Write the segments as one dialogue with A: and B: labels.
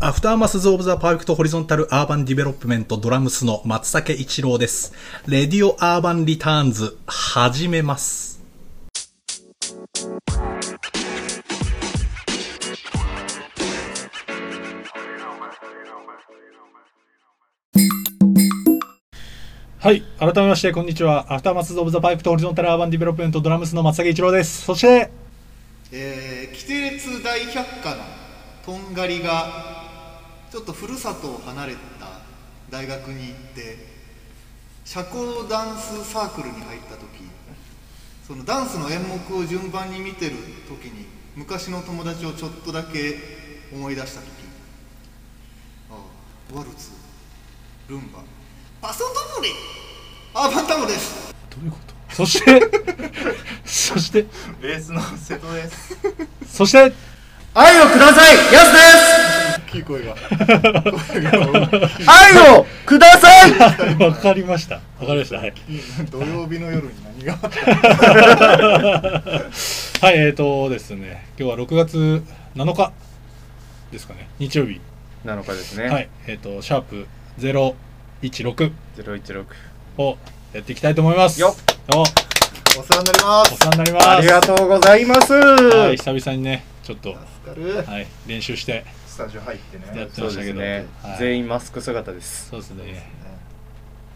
A: アフターマスズ・オブ・ザ・パーフェクト・ホリゾンタル・アーバン・ディベロップメント・ドラムスの松竹一郎です。レディオ・アーバン・リターンズ、始めます。
B: はい。改めまして、こんにちは。アフターマスズ・オブ・ザ・パイプとホリゾンタル・アーバン・ディベロップメント・ドラムスの松崎一郎です。そして、
C: えー、キテレツ大百科のとんがりがちょっとふるさとを離れた大学に行って社交ダンスサークルに入った時そのダンスの演目を順番に見てる時に昔の友達をちょっとだけ思い出した時あワルツルンバパソドブリアーバンタムです
B: どういうことそして、そして、
C: ベースの瀬戸です
B: そして、
D: 愛をくださいやす
C: 大きい 声が
D: です愛をください
B: わかりました。わかりました。はい。
C: 土曜日の夜に何が
B: はい、えーとですね、今日は6月7日ですかね、日曜日。
D: 7日です
B: は
D: ね。
B: い。えーと、シャープ016
D: 016。
B: をやっていきたいと思います。
D: よ
B: おお
C: お世話になります
B: 世話になります。
D: ありがとうございます。
B: はい、久々にね、ちょっと、
C: 助かる
B: はい、練習して
C: スタジオ入って
B: や
C: ね
B: って
D: そ
B: ま
D: う
B: した
D: で
B: け
D: す
B: ど、
D: ね
B: はい。
D: 全員マスク姿です。
B: そうですね。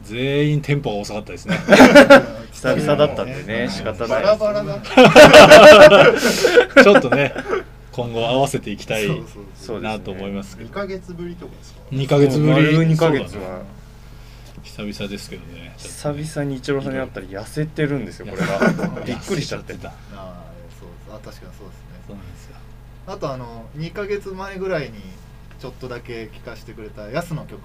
B: 全員テンポが遅かった ですね。
D: 久々だったんでね、仕方
C: バ
D: ない
C: ラ。バラだ
B: ちょっとね、今後合わせていきたい
D: そうですね
B: なと思いますけ
C: 2
B: ど。
C: ヶ月ぶりとかですか
B: 2ヶ月ぶり。
D: 丸2ヶ月
B: そうだね
D: は。
B: 久々ですけどね。ちょっ
D: 久々に一郎さんに会ったら痩せてるんですよ、これが。
B: と
D: びっくりしちゃ ってた。。
C: ああそうですあ確かにそうですね
B: そうなんですよ。
C: あとあの2ヶ月前ぐらいにちょっとだけ聴かせてくれたヤスの曲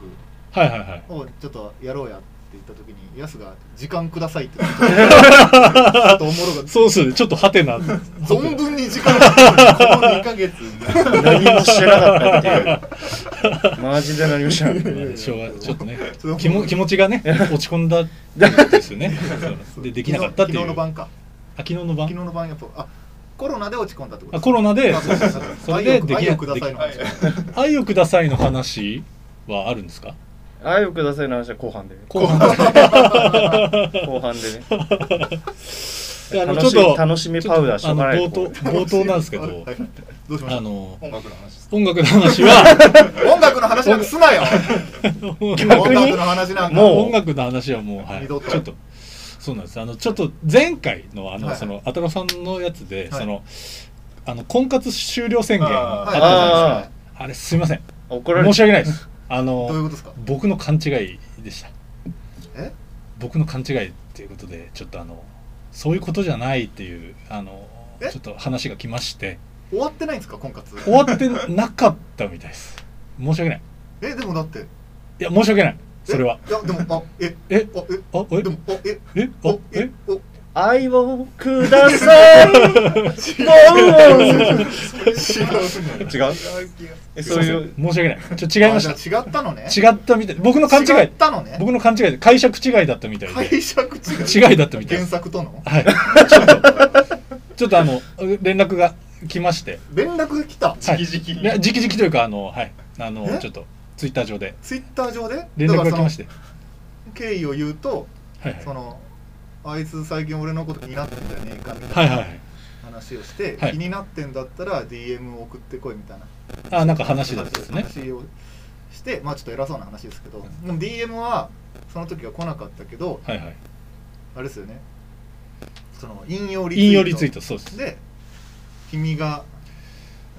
B: はいはいはい。
C: をちょっとやろうやって言った時にヤスが「時間ください」って言ってちょっとおもろが
B: そうっすね。ちょっとハテナ。
C: 存分に時間がかかるこの2ヶ月
D: 何もしてなかった っていう。マジで何もしてなかった。
B: しょうがちょっとね
C: ちょっと
B: 気も気持ち がね落ち込んだんですよねそうでできなかったっていう
C: 昨日の晩か
B: あ昨日の
C: 昨日
B: 晩
C: の晩やっぱあコロナで落ち込んだってこと
B: あコロナで
C: あそうそうそう
B: それでできな
C: 愛をくださいの話
B: で「愛をください」の話はあるんで すか
D: 愛をくださいの話は後半で。
B: 後半
D: 後半でね。
B: であの
D: 楽し楽しみパウダーし
B: ち
D: とか
B: ょっとあ
D: ない
B: の
D: と
B: 冒頭冒頭なんですけど
C: はいどうしまし
B: あ
C: た
B: の
C: 音楽の話です
B: 音楽の 話は
C: 音楽の話なんかすなよ
B: 音
C: 音
B: 楽
C: 楽の話なんか
D: もう
B: 音楽の話はもう、はい、
C: 二
B: ち
C: 度
B: ょ
C: と
B: っとそうなんですあのちょっと前回のあの、
C: はい
B: そのアトロさんのやつで、
C: はい
B: そのあの婚活終了宣言あったじゃない
D: あ
B: ですかあれすいません
D: あ怒られ
B: 申
D: て
B: し訳ないですあ
C: どういう
B: の
C: ことですか
B: 僕の勘違いでした
C: え
B: 僕の勘違いっていうことでちょっとあのそういうことじゃないっていうあの
C: え
B: ちょっと話が来まして
C: 終わってないんですか婚活
B: 終わってなかったみたいです申し訳ない
C: えでもだって
B: いや申し訳ないそれはい
C: やでもあえ
B: え
C: あえ
B: あえ
C: でもあえ
B: えあ
C: お
B: え
C: えお
D: 愛をください違うえそういう
B: すません申し訳ないちょっと違いました
C: た違ったのね
B: 違ったみたい僕の勘違
C: 違
B: い
C: ったのね
B: 僕の勘違いで解釈違いだったみたいで
C: 解釈違い
B: 違いだったみたいで
C: 原
B: す
C: 作との
B: はいちょっとちょっとあの連絡が来まして
C: 連絡が来た
B: はい
D: 直々に
B: いや直々というかあのはいあの
C: え
B: ちょっとツイッター上で
C: ツイッター上で
B: 連絡が来まして
C: 経緯を言うと
B: はいはい
C: そのあいつ最近俺のこと気になってんじゃねえかみた
B: はいい
C: な
B: はいはい
C: 話をして、
B: はい
C: 気になってんだったら DM を送ってこいみたいな
B: あなんか話だったんですね
C: 話をしてまあちょっと偉そうな話ですけど、でも DM はその時は来なかったけど
B: はいはい
C: あれですよねその引用リツイート
B: 引用リツイートそうです
C: で君が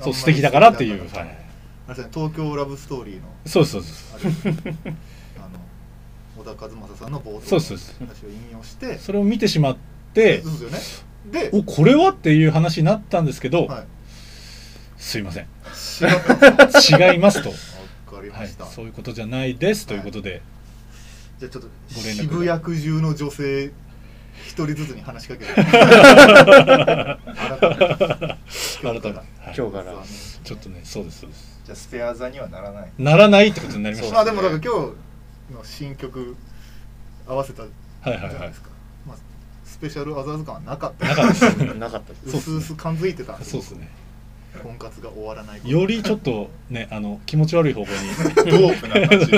B: そう素敵だからっていう
C: あんまり好き
B: はい
C: だあれですね東京ラブストーリーの
B: そうですそうです
C: あれですねあの小田和正さんの冒頭
B: そう
C: の
B: そうそ
C: 話を引用して
B: それを見てしまって
C: そうですよねで
B: おこれはっていう話になったんですけど、
C: はい
B: すいません
C: 知らなかったわ
B: 違います と、
C: かり
B: は
C: ま
B: い
C: した、、
B: そういうことじゃないですということで、
C: じゃあちょっと
B: ご連絡が
C: 渋谷区中の女性一人ずつに話しかけて
B: 改めて、はい
D: 今日から
B: ちょっとねそうですそうです
C: じゃあスペア座にはならない
B: ならないってことになりまし
C: ま
B: た
C: あでもだから今日の新曲合わせたじ
B: はい
C: ゃ
B: は
C: ない
B: いは
C: で
B: い
C: すか、まあ、スペシャルアザーズ感はなかった
B: なかったです
D: なかったです
C: うすうす感づいてたん
B: そうですね
C: 婚活が終わらないこと
B: よりちょっとねあの気持ち悪い方向
E: ドープな感じ。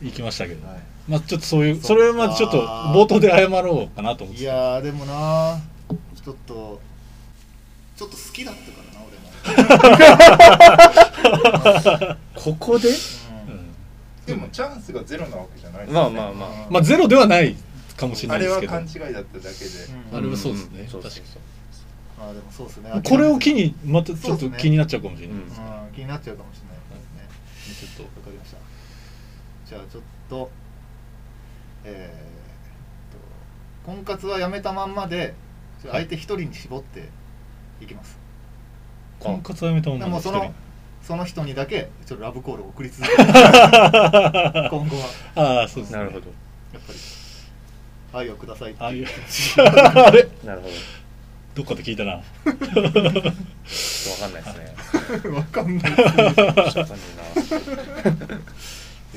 B: に行きましたけど、
C: はい
B: まあちょっとそういう
C: そっか
B: それはまあちょっと冒頭で謝ろうかなと思っ
C: い
B: て
C: やーでもなちょっとちょっと好きだったからな俺も、
D: ここで
C: うん
E: でもチャンスがゼロなわけじゃないです
D: ま
E: よ
D: あ
E: ね
D: まあまあ
B: まあゼロではないかもしれな
E: あ
B: いで
E: れ
B: す
E: は
B: けど
E: 勘違いだっただけで。
C: うん
B: あれはそうですね
D: んそうそうそう
C: まあでもそうですね
B: これを機
C: に、
B: にまたちょっと気になっちゃうかもしれない、
D: うん
C: うん、気になっちゃうかもしれないですね
B: ちょっ
C: わかりましたじゃあちょっとえー、と婚活はやめたまんまでちょっと相手一人に絞っていきます、
B: と婚活はやめたもん
C: で
B: な
C: も
B: 一
C: そ
B: 人
C: のその人にだけちょっとラブコールを送り続け る今後は
B: ああそうですね
D: なるほど
C: やっぱり愛をくださいって
B: ああいう
C: あれ
D: なるほど
B: どっかで聞いたな
D: わかんないですね
C: わかんない
D: わかんない
B: そう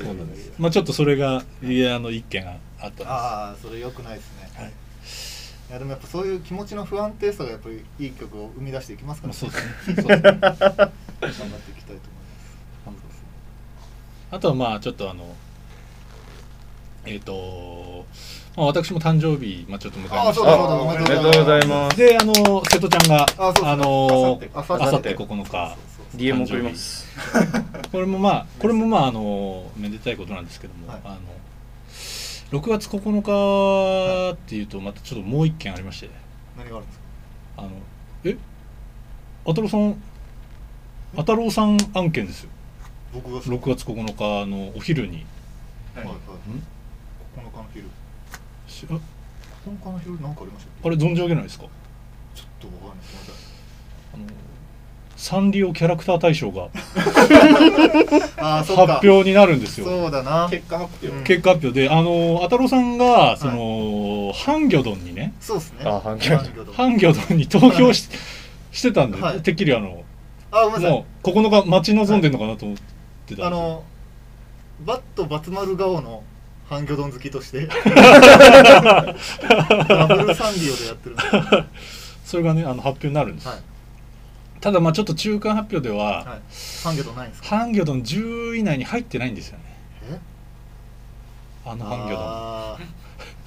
B: なんですまあちょっとそれがいやあの一件あったんです
C: ああそれ良くないですね、
B: はい
C: い、やでもやっぱそういう気持ちの不安定さがやっぱりいい曲を生み出していきますか
B: まあ
C: ら、
B: そうですねそうですね
C: 頑張っていきたいと思います
B: あとはまあちょっとあのえっ、と、まあ、私も誕生日、まあ、ちょっと迎え
C: あ
B: ま
C: あ
B: し
C: そう
B: た
D: あ
C: だそうだおめで
D: おめでとう
C: とう
D: ご
C: ご
D: ざ
C: ざ
D: い
C: い
D: ま
C: ますす
B: であの瀬戸ちゃんが
C: あそうそう
B: の
C: あ
B: あ
C: さって
B: さって9日
C: そうそう
D: DM 送ります
B: これもまあこれもまああのめでたいことなんですけども、
C: はい
B: あの6月9日っていうとまたちょっともう一件ありまして
C: 何があるんですか
B: あのえあたろうさんあたろうさん案件ですよ
C: 僕が
B: 6月9日のお昼に
C: はいはい9日の昼
B: しあ
C: 9日の昼なんかありましたっけ
B: あれ存じ上げないですか
C: ちょっとわかんないすみま
B: あのサンリオキャラクター大賞が
C: せんああ
B: 発
C: そっか
B: 表になるんですよ
C: そうだな
E: 結果発表。
B: 結果発表であのあたろうさんがその、ハンギョドンにね
C: そうですね
D: あ反響
B: ハンギョドンに投票ししてたんで、
C: はい
B: てっきりあの
C: あごめんなさい
B: もう9日待ち望んでるのかなと思ってたんですよ
C: あのバットバツ丸顔のハンギョドン好きとしてダブルサンディオでやってるんですよは
B: それがねあの発表になるんです、
C: い、
B: ただまあちょっと中間発表では、
C: はい、ハンギョドンないんですか
B: ハンギョドン10位以内に入ってないんですよね
C: え
B: あのハンギョドン
C: あ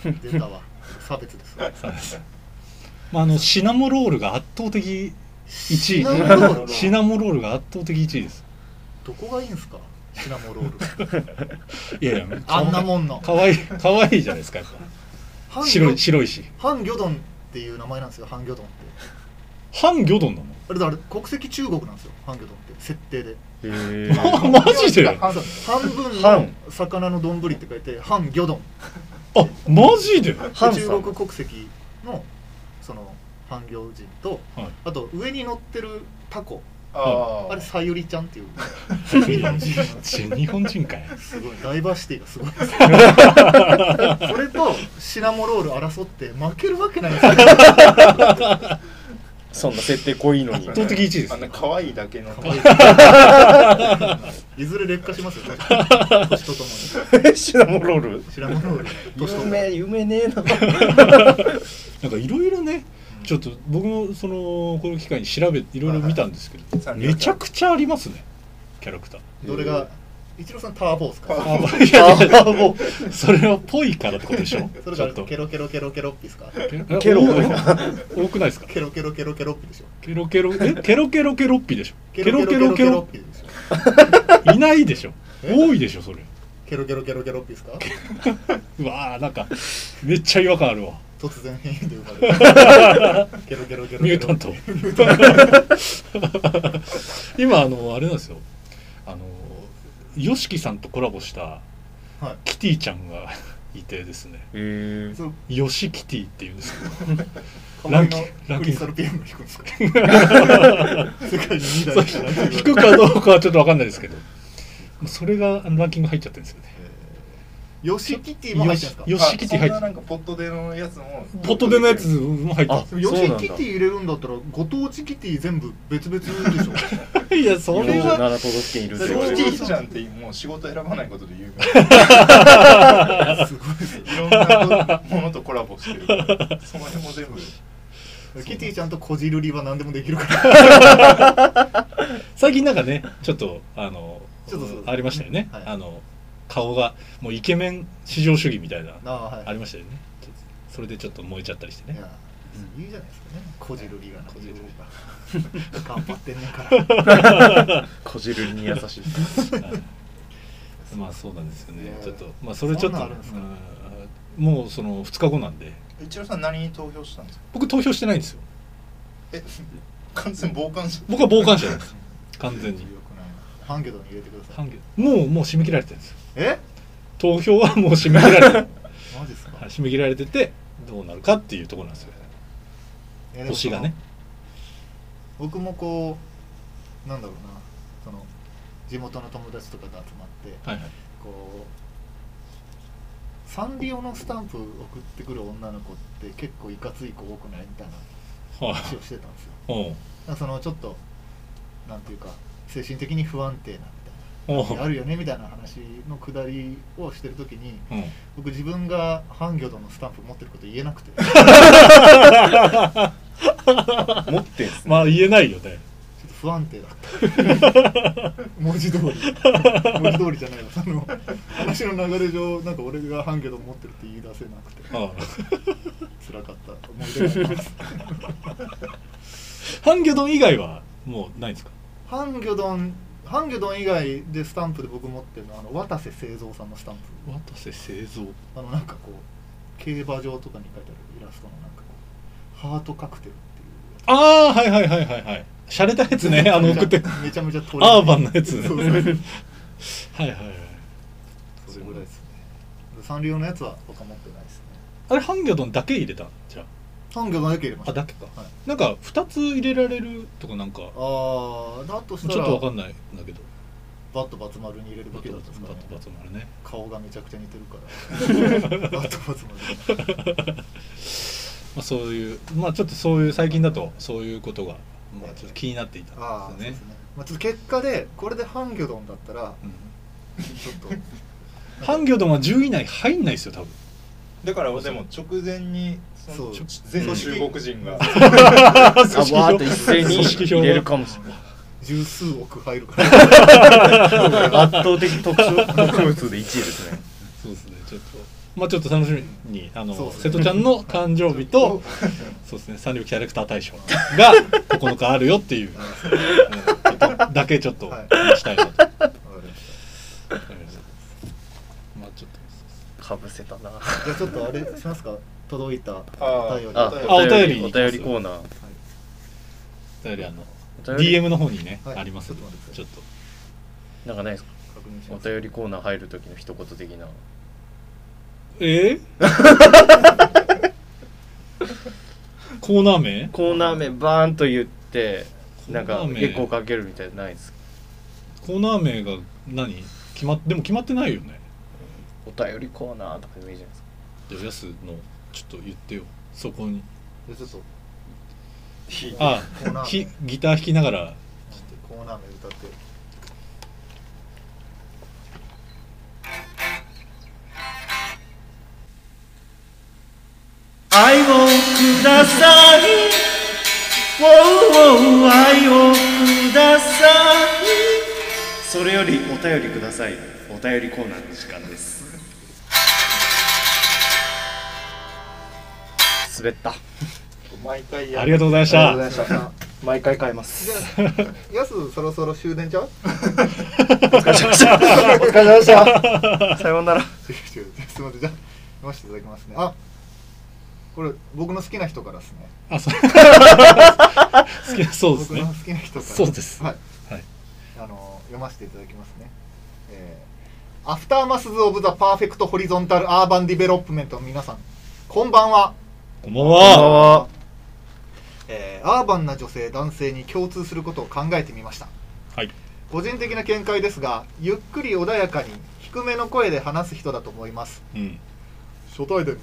C: ー出たわ差別 ですわ
B: そうですまああのシナモロールが圧倒的1
C: シナモロー
B: 位
C: ル
B: シナモロールが圧倒的1位です
C: どこがいいんすかシナモロール
B: いやいや
C: あんなもんの
B: かわいいかわいいじゃないですかやっぱ
C: ハンギ
B: 白い
C: ョ
B: 白いし
C: ハンギョドンっていう名前なんですよハンギョドンって
B: ハンギョドンな
C: あれだから国籍中国なんですよハンギョドンって設定で
D: へえ
B: のマジであ
C: 半分
D: ハ
C: の
D: ン
C: 魚の丼って書いてハンギョドン
B: マジで
D: ハンさん
C: 中国国籍のその半魚人と、
B: はい
C: あと上に乗ってるタコ
E: あ
C: あれさゆりちゃんっていう
B: 日本人日本人かい
C: すごいダイバーシティ がすごいですそれとシナモロール争って負けるわけないですよ
D: そんな設定濃いのに
E: 圧
B: 倒的1位です
E: あんな可愛いだけの。
C: いずれ劣化しますよ年とと も
D: シナモロール
C: にシナモロール年とともに
D: 夢夢ねえな
B: なんかいろいろねちょっと僕もそのこの機会に調べいろいろ見たんですけど
E: はい
B: めちゃくちゃありますねキャラクター
C: どれが一郎さんターボーっすか
B: あいやいやもうそれはぽいからってことでしょ
C: それ
B: ち
C: か
B: ょっ
C: ら
B: と
C: ケロケロケロケロッピっすか
B: ケロ多くないですか
C: ケロケロケロケロッピでしょ
B: ケロケロえケロケロケロッピでしょケロケロケロ
C: ッピでしょ
B: いないでしょ多いでしょそれ
C: ケロケロケロケロッピっすか
B: うわーなんかめっちゃ違和感あるわ
C: 突然変異で生ま れたケロケロケロケロ
B: ミュータント 今あのあれなんですよあの YOSHIKI さんとコラボした
C: はい
B: キティちゃんがいてですね
D: へえ
C: その
B: ヨシキティっていうんですけど
C: ランキ
B: ランキング
C: ング。クリスタルピアノ弾くんですか世 界に2台しかないと
B: 引
C: いう
B: くかどうかはちょっと分かんないですけどそれがあのランキング入っちゃってるんですよね
C: ヨシキティも入ってるんですか
B: よしキティ入
E: あそんな
B: って
E: なんかポットでのやつも。
B: ポットでのやつ。も入っ
D: あ
B: て
C: でも
D: そ
C: ヨ
D: う
C: シ
D: なんだ
C: キティ入れるんだったらご当地キティ全部別々でしょ
B: るいやそれは
D: 47都道府県いる
E: キ
D: って
E: テ
D: 言われる
E: ィちゃんってもう仕事選ばないことで有
C: すごいですね
E: 名。いろんなものとコラボしてるから。その辺も全部。
C: キティちゃんとこじるりは何でもできるから
B: 最近なんかねちょっとあの
C: ちょっとそう
B: ありましたよね、
C: はい
B: あの顔がもうイケメン至上主義みたいな
C: ああはい
B: ありましたよねちょっとそれでちょっと燃えちゃったりして
C: い
B: ね
C: やいいじゃないですかねこじる りがなこじるりが頑張ってんねんから
D: こじるりに優しい。
B: はいまあそうなんですよね
C: ね
B: ちょっとまあそれちょっと
C: そんなんあるんですか
B: うんもうその2日後なんで
E: 一郎さん何に投票したんですか
B: 僕投票してないんですよ
E: え完全傍観者
B: 僕は傍観者なん です完全に
C: よくないなハンギョドに入れてください
B: 半径もうもう締め切られてるんですよ
C: え
B: 投票はもう締め切られ てる
C: マジですか
B: はい締め切られててどうなるかっていうところなんですよ
C: いやでもそ
B: 星
C: の
B: がね
C: 僕もこうなんだろうなその地元の友達とかと集まって
B: はいはい
C: こうサンリオのスタンプ送ってくる女の子って結構いかつい子多くないみたいな
B: はい
C: 話をしてたんですよ
B: おう
C: なんかそのちょっとなんていうか精神的に不安定なみ
B: おう
C: たいなあるよねみたいな話のくだりをしてる時に
B: うん
C: 僕自分がハンギョドのスタンプ持ってること言えなくて
D: 持ってんすね。
B: まあ言えないよね
C: ちょっと不安定だ った文字通り文字通りじゃないわその話の流れ上なんか俺がハンギョド持ってるって言い出せなくて
B: あ
C: 辛かった思い出があります
B: あハンギョドン以外はもうないんですか
C: ハンギョドンハンギョドン以外でスタンプで僕持ってるのはあの渡瀬製造さんのスタンプ
B: 渡瀬製造
C: あのなんかこう競馬場とかに書いてあるイラストのなんかこうハートカクテルっていうやつ
B: ああはいはいはいはいはい洒落たやつねあの送 って
C: めちゃめちゃトレンディー
B: アーバンのやつね
C: そうそうそう
B: はいはいはい
C: それぐらいですねサンリオのやつは他持ってないですね
B: あれハンギョドンだけ入れたんじゃ
C: ハンギョドンだけ入れま
B: あ
C: し
B: あ
C: た
B: だけか、
C: はい
B: なんか2つ入れられるとかなんか
C: あーだとし
B: ち
C: た
B: ょ
C: ら
B: っとわかんないんだけど
C: バットバツ丸に入れる
B: バ
C: べき
B: ト
C: だ
B: バ
C: ったん
B: ト
C: ですか
B: バ
C: ね
B: トバトもあるね
C: 顔がめちゃくちゃ似 てるからバットバツ丸
B: まあ、そういうまあちょっとそういう最近だとそういうことが、まあ、ちょっと気になっていた
C: ああ
B: ん
C: そう
B: ですよ
C: で
B: ね
C: すね、まあ、ちょっと結果でこれでハンギョドンだったら
B: うん
C: ちょっと
B: ハンギョドンは10位以内入んないですよ多分
E: だからでも直前にそ
C: そ
E: の
C: う
E: ちょ全中国人が
D: あ、わーって一斉に
B: 組織票
D: 入れるかもしれない。
C: 十数億入る から
D: 圧倒的特徴特徴数で1位ですね。
B: そうですねちょっとまあちょっと楽しみにあの、
C: そうですね
B: 瀬戸ちゃんの誕生日とそうですねサンリオキャラクター大賞が9日あるよっていう、うんちょっとだけちょっと
C: はい
B: 話したいなと、まあちょっ
D: かぶせたな。
C: じゃあちょっとあれしますか届いたお
E: あ
C: 便り
D: あ
E: あ、
B: お便り
D: お便りコーナー。
B: とお便りあの
D: お便り
B: DM の方にね、
C: はい
B: ありますんで
C: ちょっと待ってく
B: ちょ
C: だ
B: っと
D: なんかないですか
C: 確認し
D: お
C: ます
D: 便りコーナー入る時の一言的な。
B: えー、 コーナー名
D: コーナー名バーンと言って、なん
B: コ
D: か
B: ーナー名
D: 結構かけるみたいなのないですか
B: コーナー名が何決まっでも決まってないよね
D: お便りコーナーとかでもいいじゃないですか。
B: じゃあやすのちょっと言ってよそこに
C: じゃあちょっと
B: あ
C: コーナー名
B: ひギター弾きながら
C: コーナー名歌って
D: 愛をください。ウォウォウ愛をください。それよりお便りください。お便りコーナーの時間です。滑った。
E: 毎回や
B: ありがとうございました
C: ありがとうございました
D: 毎回変えます。
C: じゃあやすそろそろ終電ちゃう
D: お疲れ様でした。 さようなら。
C: 違う違うすいませんじゃあ読ませていただきますねあこれ僕の好きな人からですね
B: あそう 好きなそうですね
C: 僕の好きな人から
B: そうです
C: はい、
B: はい
C: あの読ませていただきますね、えーアフターマスズ・オブ・ザ・パーフェクト・ホリゾンタル・アーバン・ディベロップメントの皆さんこんばんは、
B: こんばんは
C: えーアーバンな女性男性に共通することを考えてみました
B: はい
C: 個人的な見解ですがゆっくり穏やかに低めの声で話す人だと思います
B: うん
C: 初対面でも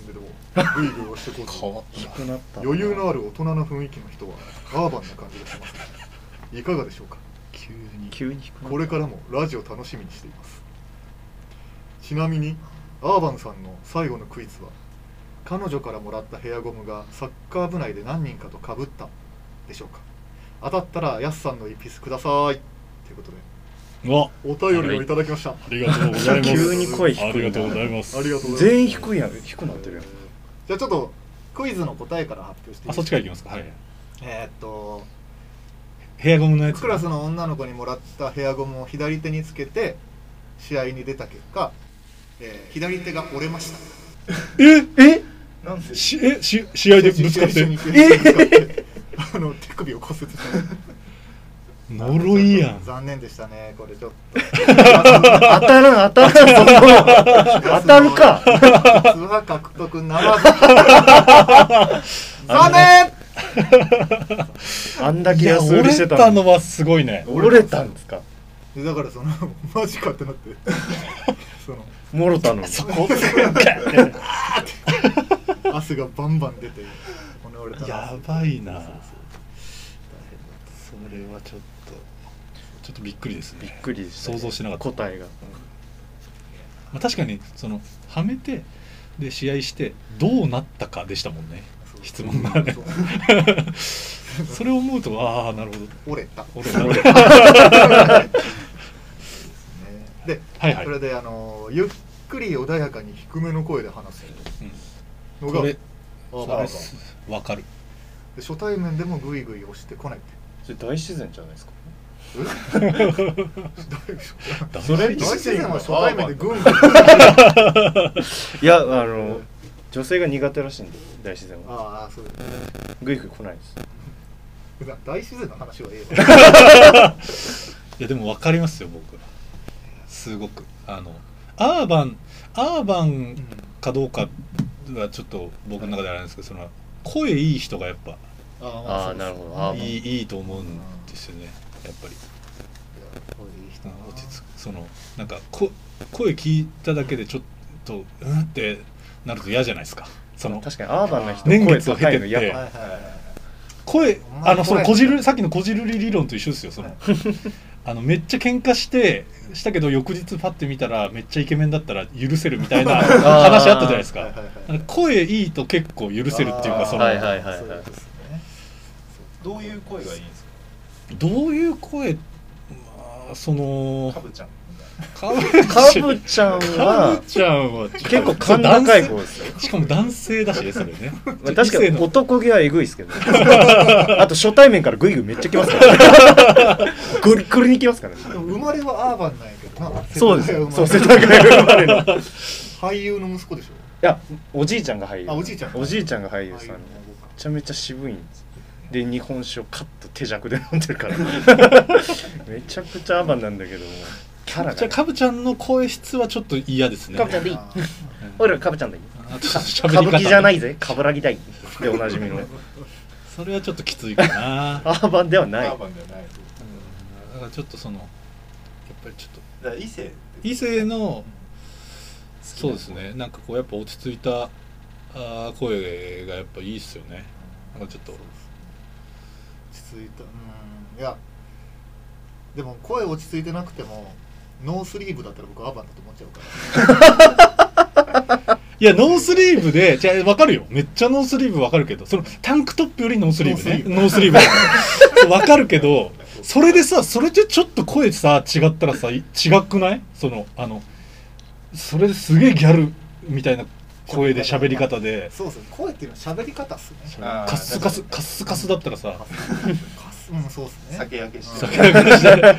C: グイグイ押してこうと
B: 変わっ
D: 低くなった。
C: 余裕のある大人の雰囲気の人はアーバンな感じがしますいかがでしょうか
B: 急に
D: 急に低くなった。
C: これからもラジオ楽しみにしていますちなみにアーバンさんの最後のクイズは彼女からもらったヘアゴムがサッカー部内で何人かと被ったでしょうか当たったらやすさんの一筆くださいということで
B: うわ
C: お便りをいただきました、
B: ありがとうございます
C: 急に
F: 声低いな
B: ありがとうございます
C: ありがとうございます
F: 全員低いやん低くなってるやん
C: じゃあちょっとクイズの答えから発表していい
B: あそっちからいきますかはい
C: えーっと
B: ヘアゴムのやつ
C: クラスの女の子にもらったヘアゴムを左手につけて試合に出た結果、えー左手が折れました
B: え
F: え
E: なんで
B: しえし試合でぶつかっ
C: 試
B: て
C: 合中にぶつかってあの手首を骨折した
B: 呪いやん
C: 残念でしたねこれちょっと
F: 当たらん当たらんそんなの 当たるか
C: 通話獲得ならず 残念
F: あんだ
B: い
F: け
B: や
F: 安売
B: 折
F: りして
B: れ
F: た
B: た
F: の
B: のはすごいね
F: 折れたんですか
C: でだからそのマジかってなってその
F: もろたのに
B: そこガッ
C: 汗がバンバン出て骨折れた
B: て
C: ら
B: やばいな
C: そうそう
B: それはちょっとちょっとびっくりですね
F: びっくりした
B: 想像してなかった
F: 答えが
B: まあ、確かにそのはめてで試合してどうなったかでしたもんね
C: そう
B: 質問がね
C: そう
B: それを思うとああなるほど
C: 折れた
B: 俺は
C: で、
B: はいはい
C: それであのゆっくり穏やかに低めの声で話すのが、
B: これ
C: あ
B: そ
C: まあ
B: れ
C: です
B: わかる
C: で初対面でもグイグイ押してこない って
F: それ大自然じゃないですか
B: だ
F: それ
C: 大
F: 大
C: 自
F: 自
C: 然
F: 然
C: は
F: は
C: 初対面でグングン
F: いやあの女性が苦手らしいんで大自然は
C: ああそう
F: グイグイ来ないです
C: だ大自然の話はええわ
B: いやでもわかりますよ僕すごくあのアーバンアーバンかどうかはちょっと僕の中ではあれなんですけどその声いい人がやっぱ
C: あ
F: ああなるほどあ
B: いいいいと思うんですよねやっぱり
C: ど
B: うん落ち着くそのなんかこ声聞いただけでちょっとうんってなると嫌じゃないですかその
F: 確かにアーバンな人
B: 年
F: 声
B: 月を
F: 高
B: 経
F: いの
B: て
F: 嫌
B: て
F: か
C: はいはいはい
B: 声
C: お前
B: あのそ
C: 怖
B: の
C: い
B: こじるさっきのこじるり理論と一緒ですよそのあのめっちゃ喧嘩してしたけど翌日パッて見たらめっちゃイケメンだったら許せるみたいな話あったじゃないです
C: はいはい
B: か
C: はい
B: なんか声いいと結構許せるっていうか
C: あー
B: その、
F: はいはいはい
C: そう
F: はい
C: ですね
E: どういう声がいいんですか
B: どういう声まあその
E: カブちゃんみたいな
B: かぶ
F: ぶちゃん
B: かぶ
F: は
B: ちゃんはちょっと
F: 結構甲高い
B: そ
F: 声
B: れ男
F: ですよ
B: 性しかも男性だしねそれね
F: まあ確か
B: 異性
F: に
B: の
F: 男気はえぐいですけど あと初対面からグイグイめっちゃ来ますから ねゴリゴリに来ますからね
C: でも生まれはアーバンなんやけどな
F: そうですよ
C: 世
F: そう世
C: 田谷生
F: 田
C: まれ
F: 谷生まれのい
C: 俳優の息子でしょ
F: やおじいちゃんが俳優
C: あおじいちゃん
F: おじいちゃんが俳優さん
C: 俳
F: で
C: 優の子か
F: めちゃめちゃ渋いんですで日本酒をカッと手酌で飲んでるから めちゃくちゃアバンなんだけどもキャラ
B: じゃ
F: が
B: あかぶちゃんの声質はちょっと嫌ですね
F: かぶちゃんでいい
C: あ
F: 俺らかぶちゃんでいい
B: あちょっと喋り
F: 歌
B: 方
F: 舞伎じゃないぜかぶらぎだいでおなじみの
B: それはちょっときついかな
F: アーバンではない
E: アーバンじゃない
B: だからちょっとそのやっぱりちょっと
E: だから異性って
B: 異性のそうですねなんかこうやっぱ落ち着いたあー声がやっぱいいっすよねなんかちょっと
C: 落ち着いたうんいやでも声落ち着いてなくてもノースリーブだったら僕アーバンだと思っちゃうから
B: いやノースリーブでじゃあ分かるよめっちゃノースリーブ分かるけどそのタンクトップよりノースリーブねノースリーブ 分かるけどそれでさそれでちょっと声さ違ったらさい違くないそのあのそれですげえギャルみたいな声で喋り方で
C: そうですね声っていうのは喋り方っすね
E: あー
B: カッスカスカッスカスだったらさ
C: かすうんそうですね
E: 酒焼けして
B: 酒焼けしたら
C: だ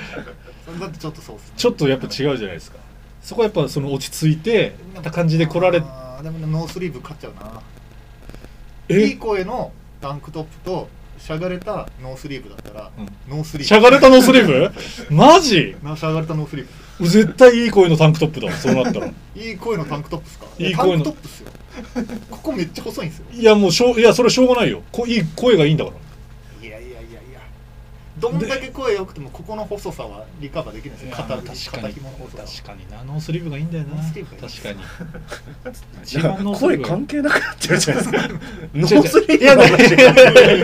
C: ってちょっとそうっすね
B: ちょっとやっぱ違うじゃないですかそこはやっぱその落ち着いてた感じで来られ
C: あーでもノースリーブ買っちゃうないい
B: え
C: 声のタンクトップとしゃがれたノースリーブだったら、
B: うん
C: ノースリーブ
B: しゃがれたノースリーブマジ
C: なしゃがれたノースリー
B: 絶対いい声のタンクトップだそうなったら
C: ブいい声のタンクトップっすか
B: いい声の
C: タンクトップっすよここめっちゃ細いんですよ
B: いやもうしょういやそれしょうがないよこいい声がいいんだから
C: いやいやいやいやどんだけ声良くてもここの細さはリカバーできないですよ肩
B: いや
C: ひ肩紐の細さは
B: 確かになノースリーブがいいんだよな
C: ノースリーブがいい
B: 確かに一
F: なん
B: 番
F: か
B: ノースリ
F: 声
B: ーブ
F: 関係なくなってるじゃないですかノ
B: 違う違う
F: ースリーブの話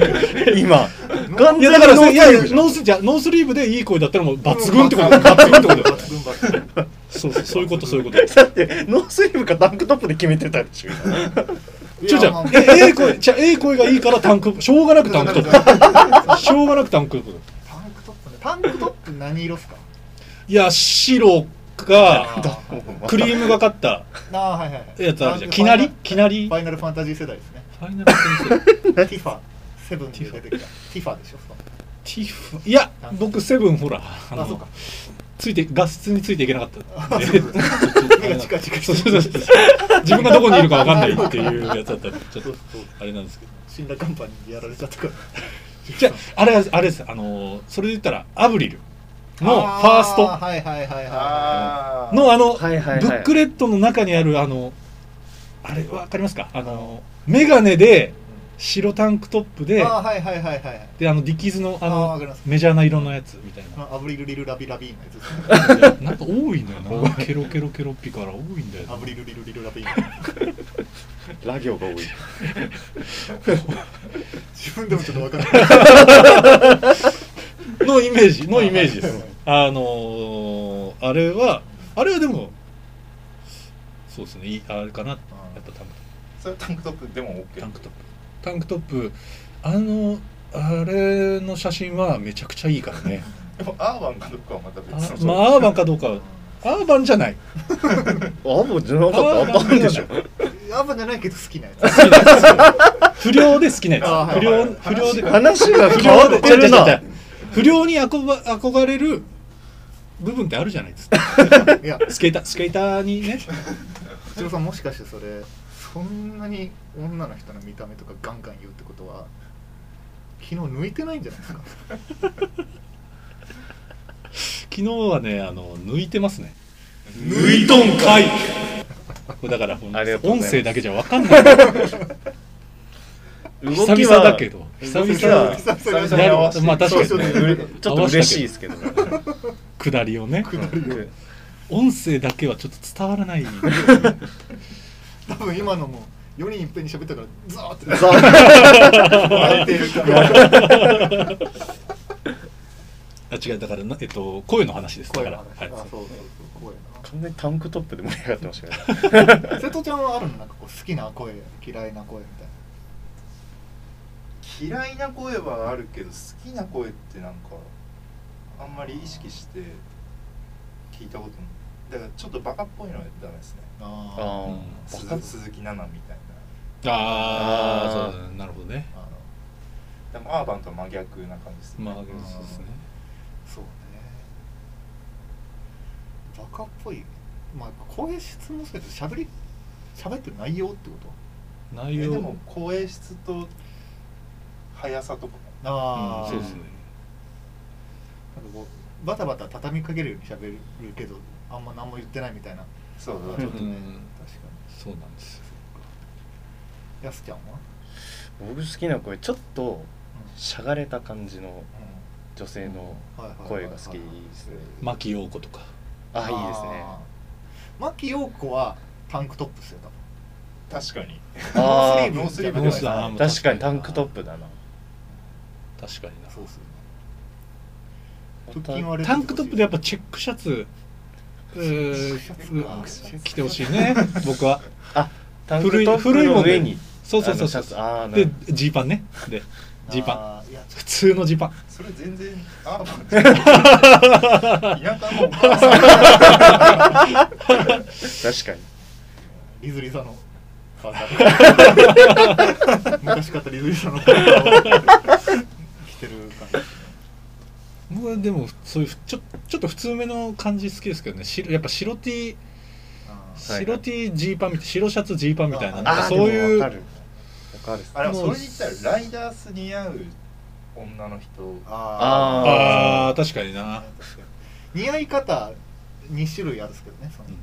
F: 今完
B: いやだから
F: ノ
B: そう
F: ー
B: いやいや
F: スリーブじゃん
B: ノースじゃあノースリーブでいい声だったらもう抜群ってことだよ 抜群ってことだよ
C: 抜群抜群
B: そうそうそういうことそういうこと
F: だってノースリーブかタンクトップで決めてたでしょ今
B: ちょち
C: いやま
B: ょ
C: あ、
B: ええ声、じゃあええ声がいいからタンク、しょうがなくタンクトップ。しょうがなくタンクトップ。
C: タンクトップねタンクトップ何色っすか
B: いや、白 が、
C: あー
B: クリームがかった
C: あーはいはいはい
B: やつあるじゃん。きなり
C: フ
B: きなり
C: ァイナルファンタジー世代ですね
B: ファイナルファンタジー
C: ティファセブンで出てきたティファでしょ
B: ティフいや、僕、セブンほら、あ
C: あそう
B: の
C: か、
B: ついて、画質についていけなかったんで。
C: 目がチ カチカ
B: そう
C: し
B: そ
C: て
B: う
C: る
B: そうそう自分がどこにいるかわかんないっていうやつだったんで、ちょっと、あれなんですけど。
C: 死んだカンパニーにやられちゃったから
B: じゃあ、あれ、あれです。あの、それで言ったら、アブリルのフ
C: あ
B: ァースト。
C: はいはいはいは
E: あー
B: のあの、
D: はいはいはい
B: ブックレットの中にあるあのあれわかりますかあのメガネで白タンクトップ
C: い
B: で
C: あーはいはいはいはい
B: であのディキーズのあ
C: あーわ
B: の
C: かります
B: メジャーな色のやつみたい
C: あのアブリルリルラビラビーンのやつですね
B: ななんか多いんだよなケロケロケロピから多いんだよ
C: ア
B: な
C: ブリルリルリルラ ビーン
F: ラ行が多い
C: 自分でもちょっとわかんない
B: のイメー ジのイメージですあのーあれはあれはでもそうですねいいあれかなやっぱタンクトップ
E: それタンクトップでも OK
B: タンクトップタンクトップあのあれの写真はめちゃくちゃいいからね
E: でもアーバンかどうかはまた別
B: あ
E: の
B: まあアーバンかどうかはアーバンじゃない
F: あもうじゃなかった
B: あ
F: あんまりでしょ
C: アブじゃないけど好きなやつ
B: 不良で好きな
C: あ
B: や
C: は
B: つ
C: い
B: 不良不良で
F: 話が
B: 不
F: 変わ
B: 良で
F: っ
B: 違
F: てる
B: う違う違
F: な
B: う不良に憧ば憧れる部分ってあるじゃないですか
C: いや
B: スケータースケーターにね
C: 一郎さんもしかしてそれそんなに女の人の見た目とかガンガン言うってことは昨日抜いてないんじゃないですか
B: 昨日はねあの抜いてますね抜いとんかいだからほん
F: ありがと
B: 音
F: うございます
B: 声だけじゃわかんない久
F: 動き
B: 々
F: は
B: だけど久
F: 動き
B: 々
F: は
C: 久
E: 々に
B: なるまあ確か
C: そう
B: に
C: そう
B: ね
F: うれちょっと嬉しいですけどね
B: 下りをね
F: うん
B: 音声だけはちょっと伝わらない
C: 多分今のも4人いっぺんに喋ったからザーって
F: ざ
C: 泣いてるから
B: あ違うだからなえっと声の話ですだ
C: 声
B: か
C: の
B: ら
C: 話
B: はい
C: あそうそうそう声
F: 完全にタンクトップで盛り上がってましたからね
C: な 瀬戸ちゃんはあるのなんかこう好きな声嫌いな声みたい
E: 嫌いな声はあるけど好きな声ってなんかあんまり意識して聞いたことないだからちょっとバカっぽいのはダメですね
C: な
F: あ
C: あ
F: ー
E: 鈴
B: バカ
E: 鈴木奈々みたい
B: ああ
F: あー
B: そうだねなるほどね
C: あの
E: なでもアーバンとは真逆な感じですね、
B: まあそうですね
C: そうねバカっぽいまあ声質もそうやけど喋り喋ってる内容ってこと
B: 内
E: えで
B: 容
E: も声質と速さとか
C: ああ、
B: そうですね
C: なんかこうバタバタ畳みかけるように喋るけどあんま何も言ってないみたいな
E: そう
C: のは
E: だ
C: ちょ
E: ね
C: っと
B: う
C: ね、
B: ん
C: 確か
B: そうなんですよ
C: にやすちゃんは、
F: 僕好きな声ちょっとしゃがれた感じの女性の
C: うんはいはいはい
F: 声
C: はい
F: が好きですね
B: 牧陽子とか
F: あいいですね
C: 牧陽子はタンクトップですよ多分
E: 確かに
F: あー
C: ノースリーブ
E: ノ
C: ノ
E: ー
C: ー
E: ス
C: ス
E: リ
C: リ
E: ー
C: ー
B: ブ
E: ブ
F: 確かにタンクトップだな
B: 確かにな
C: そうっすよね腹筋
F: 本
C: 割れて
B: タ
C: てほしい
B: ンクトップでやっぱチェックシャツうー着てほしいね僕は
F: 当タンクトップの上に
B: そうそうそうそ
F: あのシャ
B: う
F: ツあーなる
B: でジーパンねでジーパン
C: ンいやちょっ
B: 普通のジーパン
E: それ全然アーバン 田舎のお母さ
F: 確
E: ん
F: かに
C: とリズリザ の顔だ昔買ったリズリザの顔を着てる感じ
B: 僕はでもそういうちょちょっと普通めの感じ好きですけどね白やっぱ白 T
C: あー
B: 白 T ジーパンみたい白シャツジーパンみたいな
C: あ
B: なんか
F: ー
B: そうい
F: でもわ
B: う
F: かるわかる
E: あれそれで言ったらライダース似合う女の人
C: あー
B: あー確かにな
C: 確かに似合い方2種類あるんですけどねその、
B: うん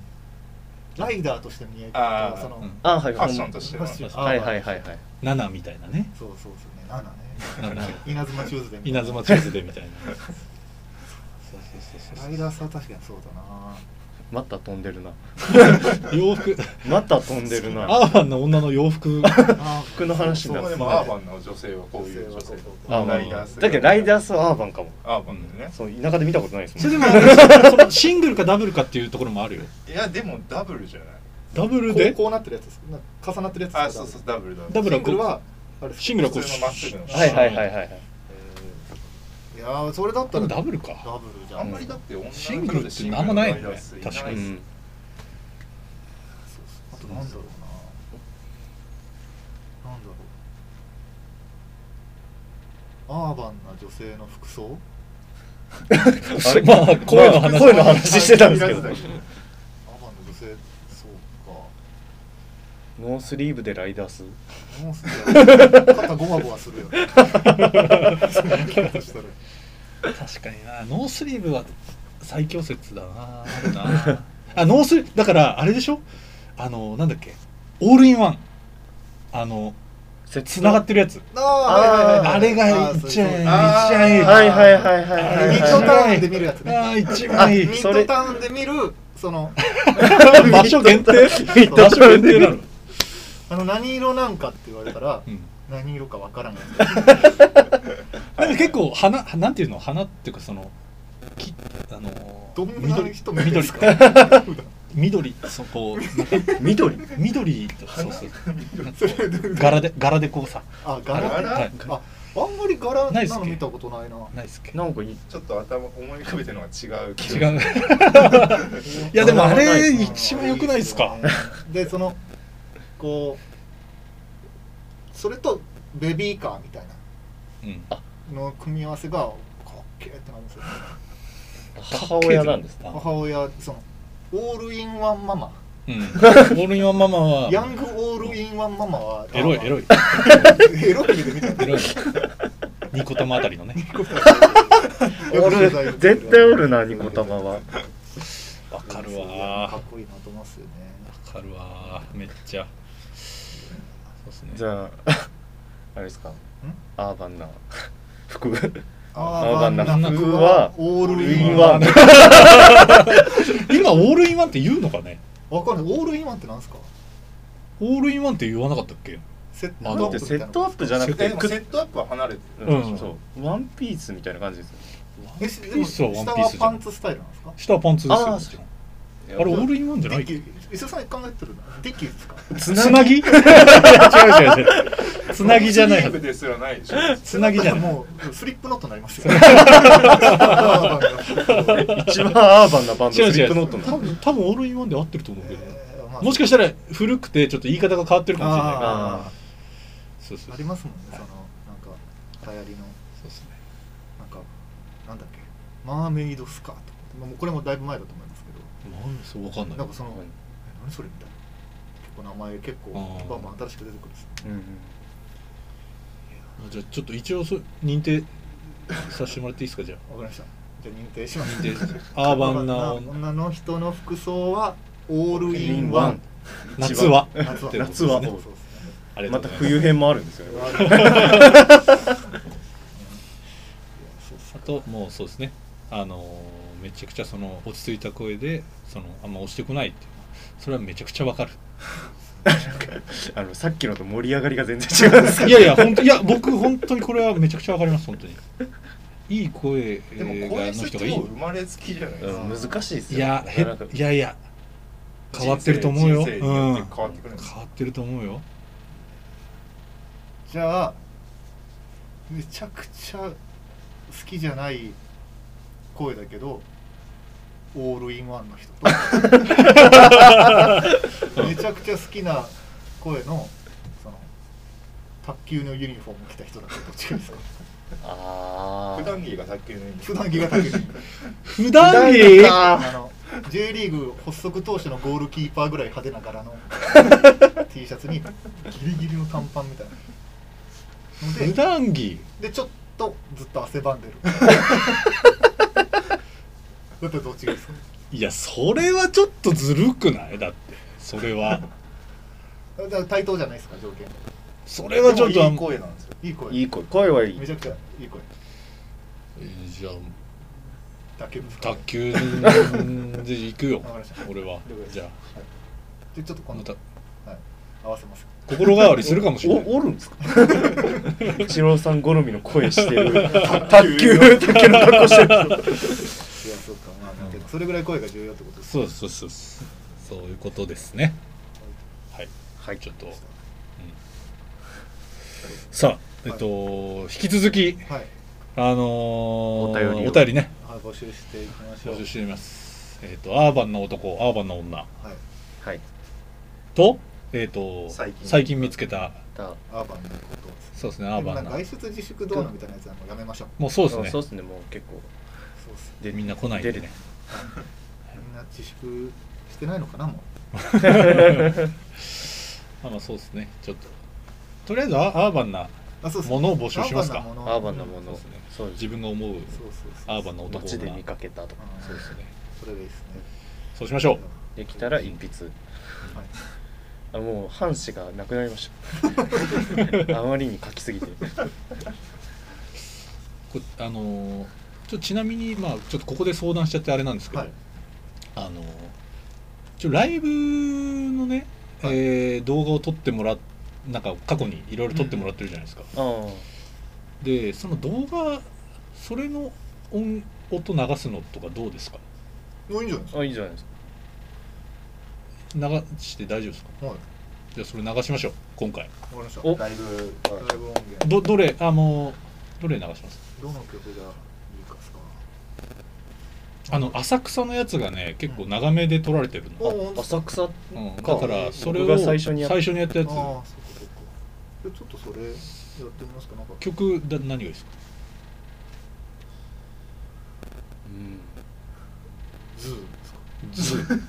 C: ライダーとしての似合い
E: あ
C: 方
E: ー
C: とその、
B: うん
F: あはい
E: ファッションとしては
C: ファッション
F: はいはいはいはい
B: 7みたいなね
C: そうそうですよねなんだね
B: なんか
C: 稲妻チューズで
B: 稲妻チューズデー みたいな
C: ライダーさん確かにそうだな
F: また飛んでるな
B: 洋服
F: また飛んでるな
B: アーバンの女の洋服
C: あ
F: 服の話にな
E: そ
F: る
E: こでもアーバンの女性はこういう女性
F: あ
E: ライダース
F: だけどライダースはアーバンかも
E: アーバンだよね
F: そう田舎で見たことないです
B: それ
F: もん
B: でもあれそのシングルかダブルかっていうところもあるよ
E: いやでもダブルじゃない
B: ダブル
G: こう
B: で
G: こうなってるやつですなんか重なってるやつ
E: あ
G: です
E: そうそうダブルダブ
B: ダ
E: ル
B: ブル
G: シ
B: はこう
G: ングルはあれ
B: シングルはこう
E: 普通のまっすぐの
B: シュッ
F: はいはいはいはいはい
C: いやーそれだったら
B: ダブルか
C: ダブルじゃ
E: あ
C: ん
E: んまりだって女の人で
B: シングルってあんまないよね
E: シングルの間はす
B: 確か
F: う
B: に
E: いない
F: ん
C: あとなんだろうななんだろうアーバンな女性の服装
B: まあ声の話
F: 声の話してたんですけど
E: アー
C: アーバンの女性そうか
F: ノースリーブでライダース
C: もうすぐ肩ゴマゴマするよねそんな言い方したら
B: 確かになノースリーブは最強説だなあるなあノースリーブだからあれでしょあのなんだっけオールインワンあのつながってるやつ
C: あ
B: あれが一番いい一番いい
F: はいはいはいはい
B: あ
F: は
B: れ
C: ミ
F: い
C: ッ
F: は
C: ドタ
F: い
C: ウンで見るやつね
B: あー一番いい
C: ミッ
F: そ
C: ド
F: れ
C: タウンで見るその
B: 場所限定
C: タウン
B: 場所限定なの
C: あの何色なんかって言われたら
B: うん
C: 何色かわからんや つ
B: でも結構花なんていうの花っていうかそのきあの
C: どんな人目で
B: 緑
C: すか
B: か緑 そこ緑緑とそうそう
C: それで
B: 柄で柄でこうさ
C: あ柄
E: 柄
C: あ
B: はい
C: あんまり柄
B: な
C: ない
B: っすっ
C: の
B: け
C: 見たことないな
B: ないっすっけ
F: なんかいい
E: ちょっと頭思い浮かべてるのが違う気
B: 違
E: が
B: ういやでもあれ一番良くないですか
C: でそのこうそれとベビーカーみたい
B: うん
C: なの組み合わせがかっけーってなるんですよ
F: 母親なんです
B: かっ
F: ね
B: け
C: 母親そのオールインワンママ
B: うんオールインワンママは
C: ヤングオールインワンママは
B: エロいエロ
C: い
B: い
C: エロい目で 見た
B: エロいニコ玉あたりのね
F: おる絶対おるなニコ玉は
B: わかる
C: かっ
B: わ
C: こいいなと思いますよね
B: わかるわめっちゃそうっすね
F: じゃああれですかアーバンな服
C: ア
F: ーバンな
C: 服
F: は
C: オール
F: イ
C: イ
F: ン
C: ン
F: ワ
C: ワ
F: ン
C: ン
B: 今オールインワンって言うのかね
C: わかんないオールインワンってなんですか
B: オールインワンって言わなかったっけ
C: セッ
B: あだ
C: トアッ
F: だ
C: プ
F: って
C: みた
F: セ
C: いな
F: ットアップじゃなくて
E: でも
F: く
E: セットアップは離れてる
B: うん
F: そうワンピースみたいな感じですよ
C: え
B: ピースはワンピースじゃん
C: 下はパンツスタイルなんですか
B: 下はパンツですよ
F: あー
B: もちろんあれオールインワンじゃ
C: デ
B: ない
C: ッ
B: っけ
C: キ伊勢さん考えてるなデッキですか
B: つなぎ違う違う違うつなぎじゃない
E: スリーブですらないでしょ
B: つなぎじゃない
C: もうスリップノットになりますよアーバンが
F: 一番アーバンなバンド
B: 違う
F: スリ
B: 違
F: ップノ
B: う
F: ット
B: 多
F: の
B: 分多分オールインワンで合ってると思うけど
C: えーまあ
B: もしかしたら古くてちょっと言い方が変わってるかもしれないから
C: あ
F: あ
B: そうそう
C: あ
B: そ
C: り
B: う
C: ますもんねそのなんか流行りの
B: そうっすね
C: なんかなんだっけマーメイドスカートまあもうこれもだいぶ前だと思いますけ
B: な
C: ど
B: んでそうわかんない
C: なんかその、え何それみたいな結構名前結
B: あー
C: 構バンバン新しく出てくるんです
F: うん
B: あじゃあちょっと一応そう認定させてもらっていいですか じゃあ
C: わかりましたじゃあ認定します
B: 認定アーバンな
C: 女の人の服装はオールインワン
B: 夏は
C: 夏は
F: 夏は
C: そう そう
B: ありが
F: ま
B: と
F: た
B: うござい
F: 冬編もあるんですよね
C: そういやそう
B: すあともうそうですねあのーめちゃくちゃその落ち着いた声でそのあんま押してこないっていうそれはめちゃくちゃわかる
F: あのさっきのと盛り上がりが全然違うんですけど
B: いやいや本当いや僕本当にこれはめちゃくちゃわかります本当にいい声が
E: でもこういう
B: の
E: 人
B: 人
E: って
B: がい
E: もう
B: い
E: 生まれつきじゃないですか、
F: うん難しいですよ
B: いやへ
F: なかなか
B: いやいや変わってると思うよ
E: 人生によって
B: うん
E: 変わってくるんです
B: 変わってると思うよ
C: じゃあめちゃくちゃ好きじゃない声だけどオールインワンの人とめちゃくちゃ好きな声のその卓球のユニフォーム着た人だけどどっちがいいですか
F: ああ
E: 普段着が卓球のように
C: 普段着が卓球
B: 普段着
C: あの J リーグ発足当初のゴールキーパーぐらい派手な柄の T シャツにギリギリの短パンみたいなので
B: 普段着
C: でちょっとずっと汗ばんで るだってどっちがいいですか
B: いやそれはちょっとずるくないだってそれは
C: だから対等じゃないですか条件
B: それはちょっとあん
E: いい声なんですよ
C: いい声
F: いい声声はいい
C: めちゃくちゃいい声
B: えーじゃあ
C: だけですか
B: 卓球で行くよ
C: わかりました
B: 俺は
C: 了解です
B: じゃ
C: でちょっと
B: あ
C: 今
B: また
C: 度、はい、合わせます
B: 心変わりするかもしれない
F: おおるんですか一郎さん好みの声して る卓球卓球の格好 して
C: い
F: る
C: やそうかまあなんていうかそれぐらい声が重要ってことです
B: そうですそうですそうですそういうことですねはい、ちょっと、うんさあえっと、引き続き
C: はい、
B: あのー
F: お便りを
B: お便りね
C: はい、募集していきましょう
B: 募集していますえっとアーバンな男アーバンな女
C: はい
F: はい
B: とえっと
H: 最近
B: 見つけた
F: だ
C: アーバンのことを
B: そうですね
C: で
B: アーバ
C: もなん
B: ン
C: か
B: な
C: 外出自粛どうのみたいなやつはもうやめましょう
B: もうそう
F: そう
B: で
F: です
B: すね
F: ねもう結構
C: そうっす
F: で
B: みんな来ないんで
F: 出
B: ね
F: る
C: みんな自粛してないのかなもう
B: まあまあそうですねちょっととりあえずアアーバンな
C: あそうっす
B: ものを募集しますか
C: アーバンなもの
F: アーバンなもの
C: そうっすね
F: そうです
B: 自分が思う
C: そうそうそう
B: アーバンな男
F: 街で
B: 女
F: 見かけたとか
C: うん
B: そうですね
C: それでいいですね
B: そうしましょう
F: できたら一筆
C: はい
F: あもう半紙がなくなりました あまりに書きすぎて
B: こあのーちょちなみに、まあ、ちょっとここで相談しちゃってあれなんですけど、
C: はい
B: あのーちょライブのね、
C: はい
B: えー動画を撮ってもらっなんか過去にいろいろ撮ってもらってるじゃないですか、
F: ああ
B: でその動画それの音音流すのとかどうですか
C: もういいんじゃないです
F: あいいじゃないですか
B: 流して大丈夫ですか
C: かはいわ
B: じゃあそれ流しましょう今回
C: かりました
F: お
H: ライブ
C: ライブ音源
B: どどれあのどれ流します
C: どの曲がいいかっすか
B: あの浅草のやつがね結構長めで撮られてる
C: お
B: の、
C: おあそっか
F: 浅草
B: うん、だからそれを
F: 僕が最初にやっ
B: 最初にやったやつ
C: そっかでちょっとそれやってみますかなんか
B: 曲だ何がいいですか
F: うん
C: ズーですか
B: ズ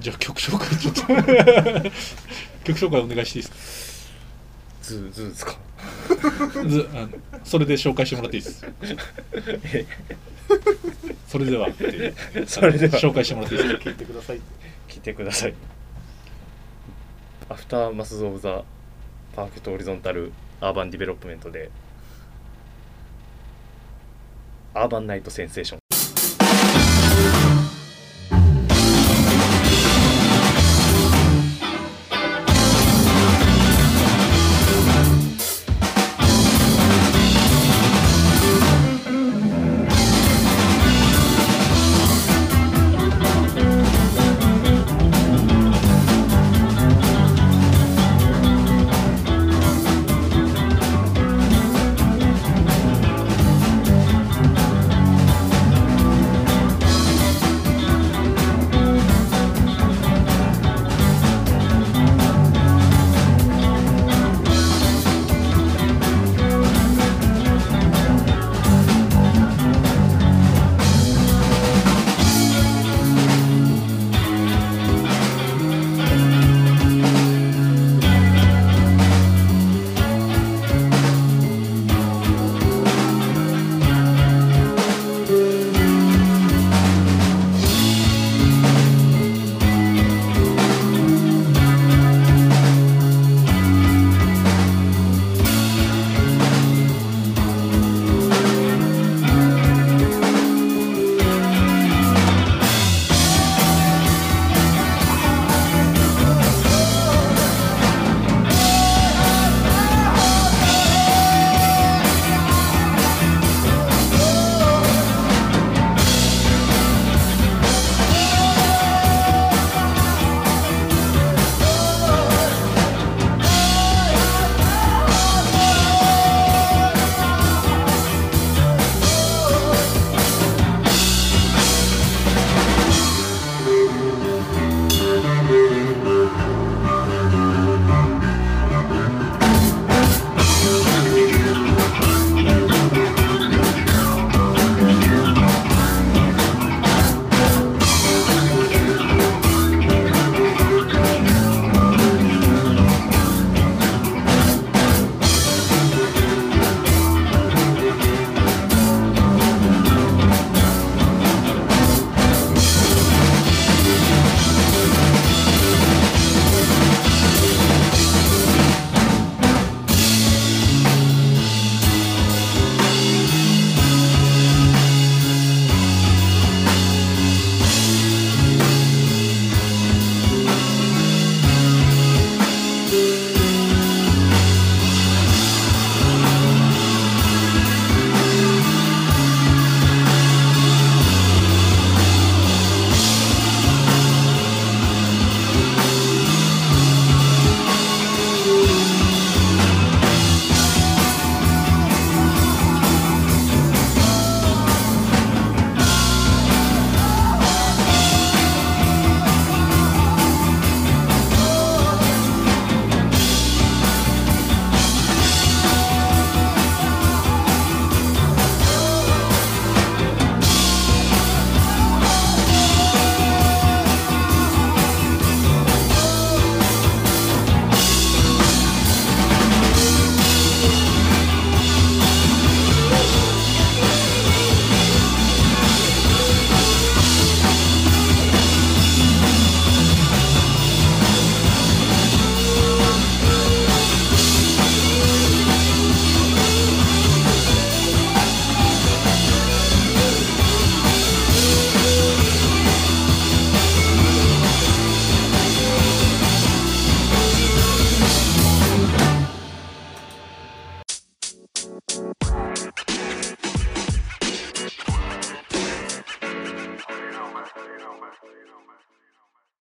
B: じゃあ曲紹介ちょっと曲紹介お願いしていいです
F: ズーズーですか
B: かズあのそれで紹介してもらっていいですそれではっていう
F: それでは
B: 紹介してもらっていいですか
C: 聞いてくださいって
F: 聞いてくださいアフターマスズ・オブ・ザ・パーフェクト・オリゾンタル・アーバン・ディベロップメントでアーバン・ナイト・センセーション
I: 「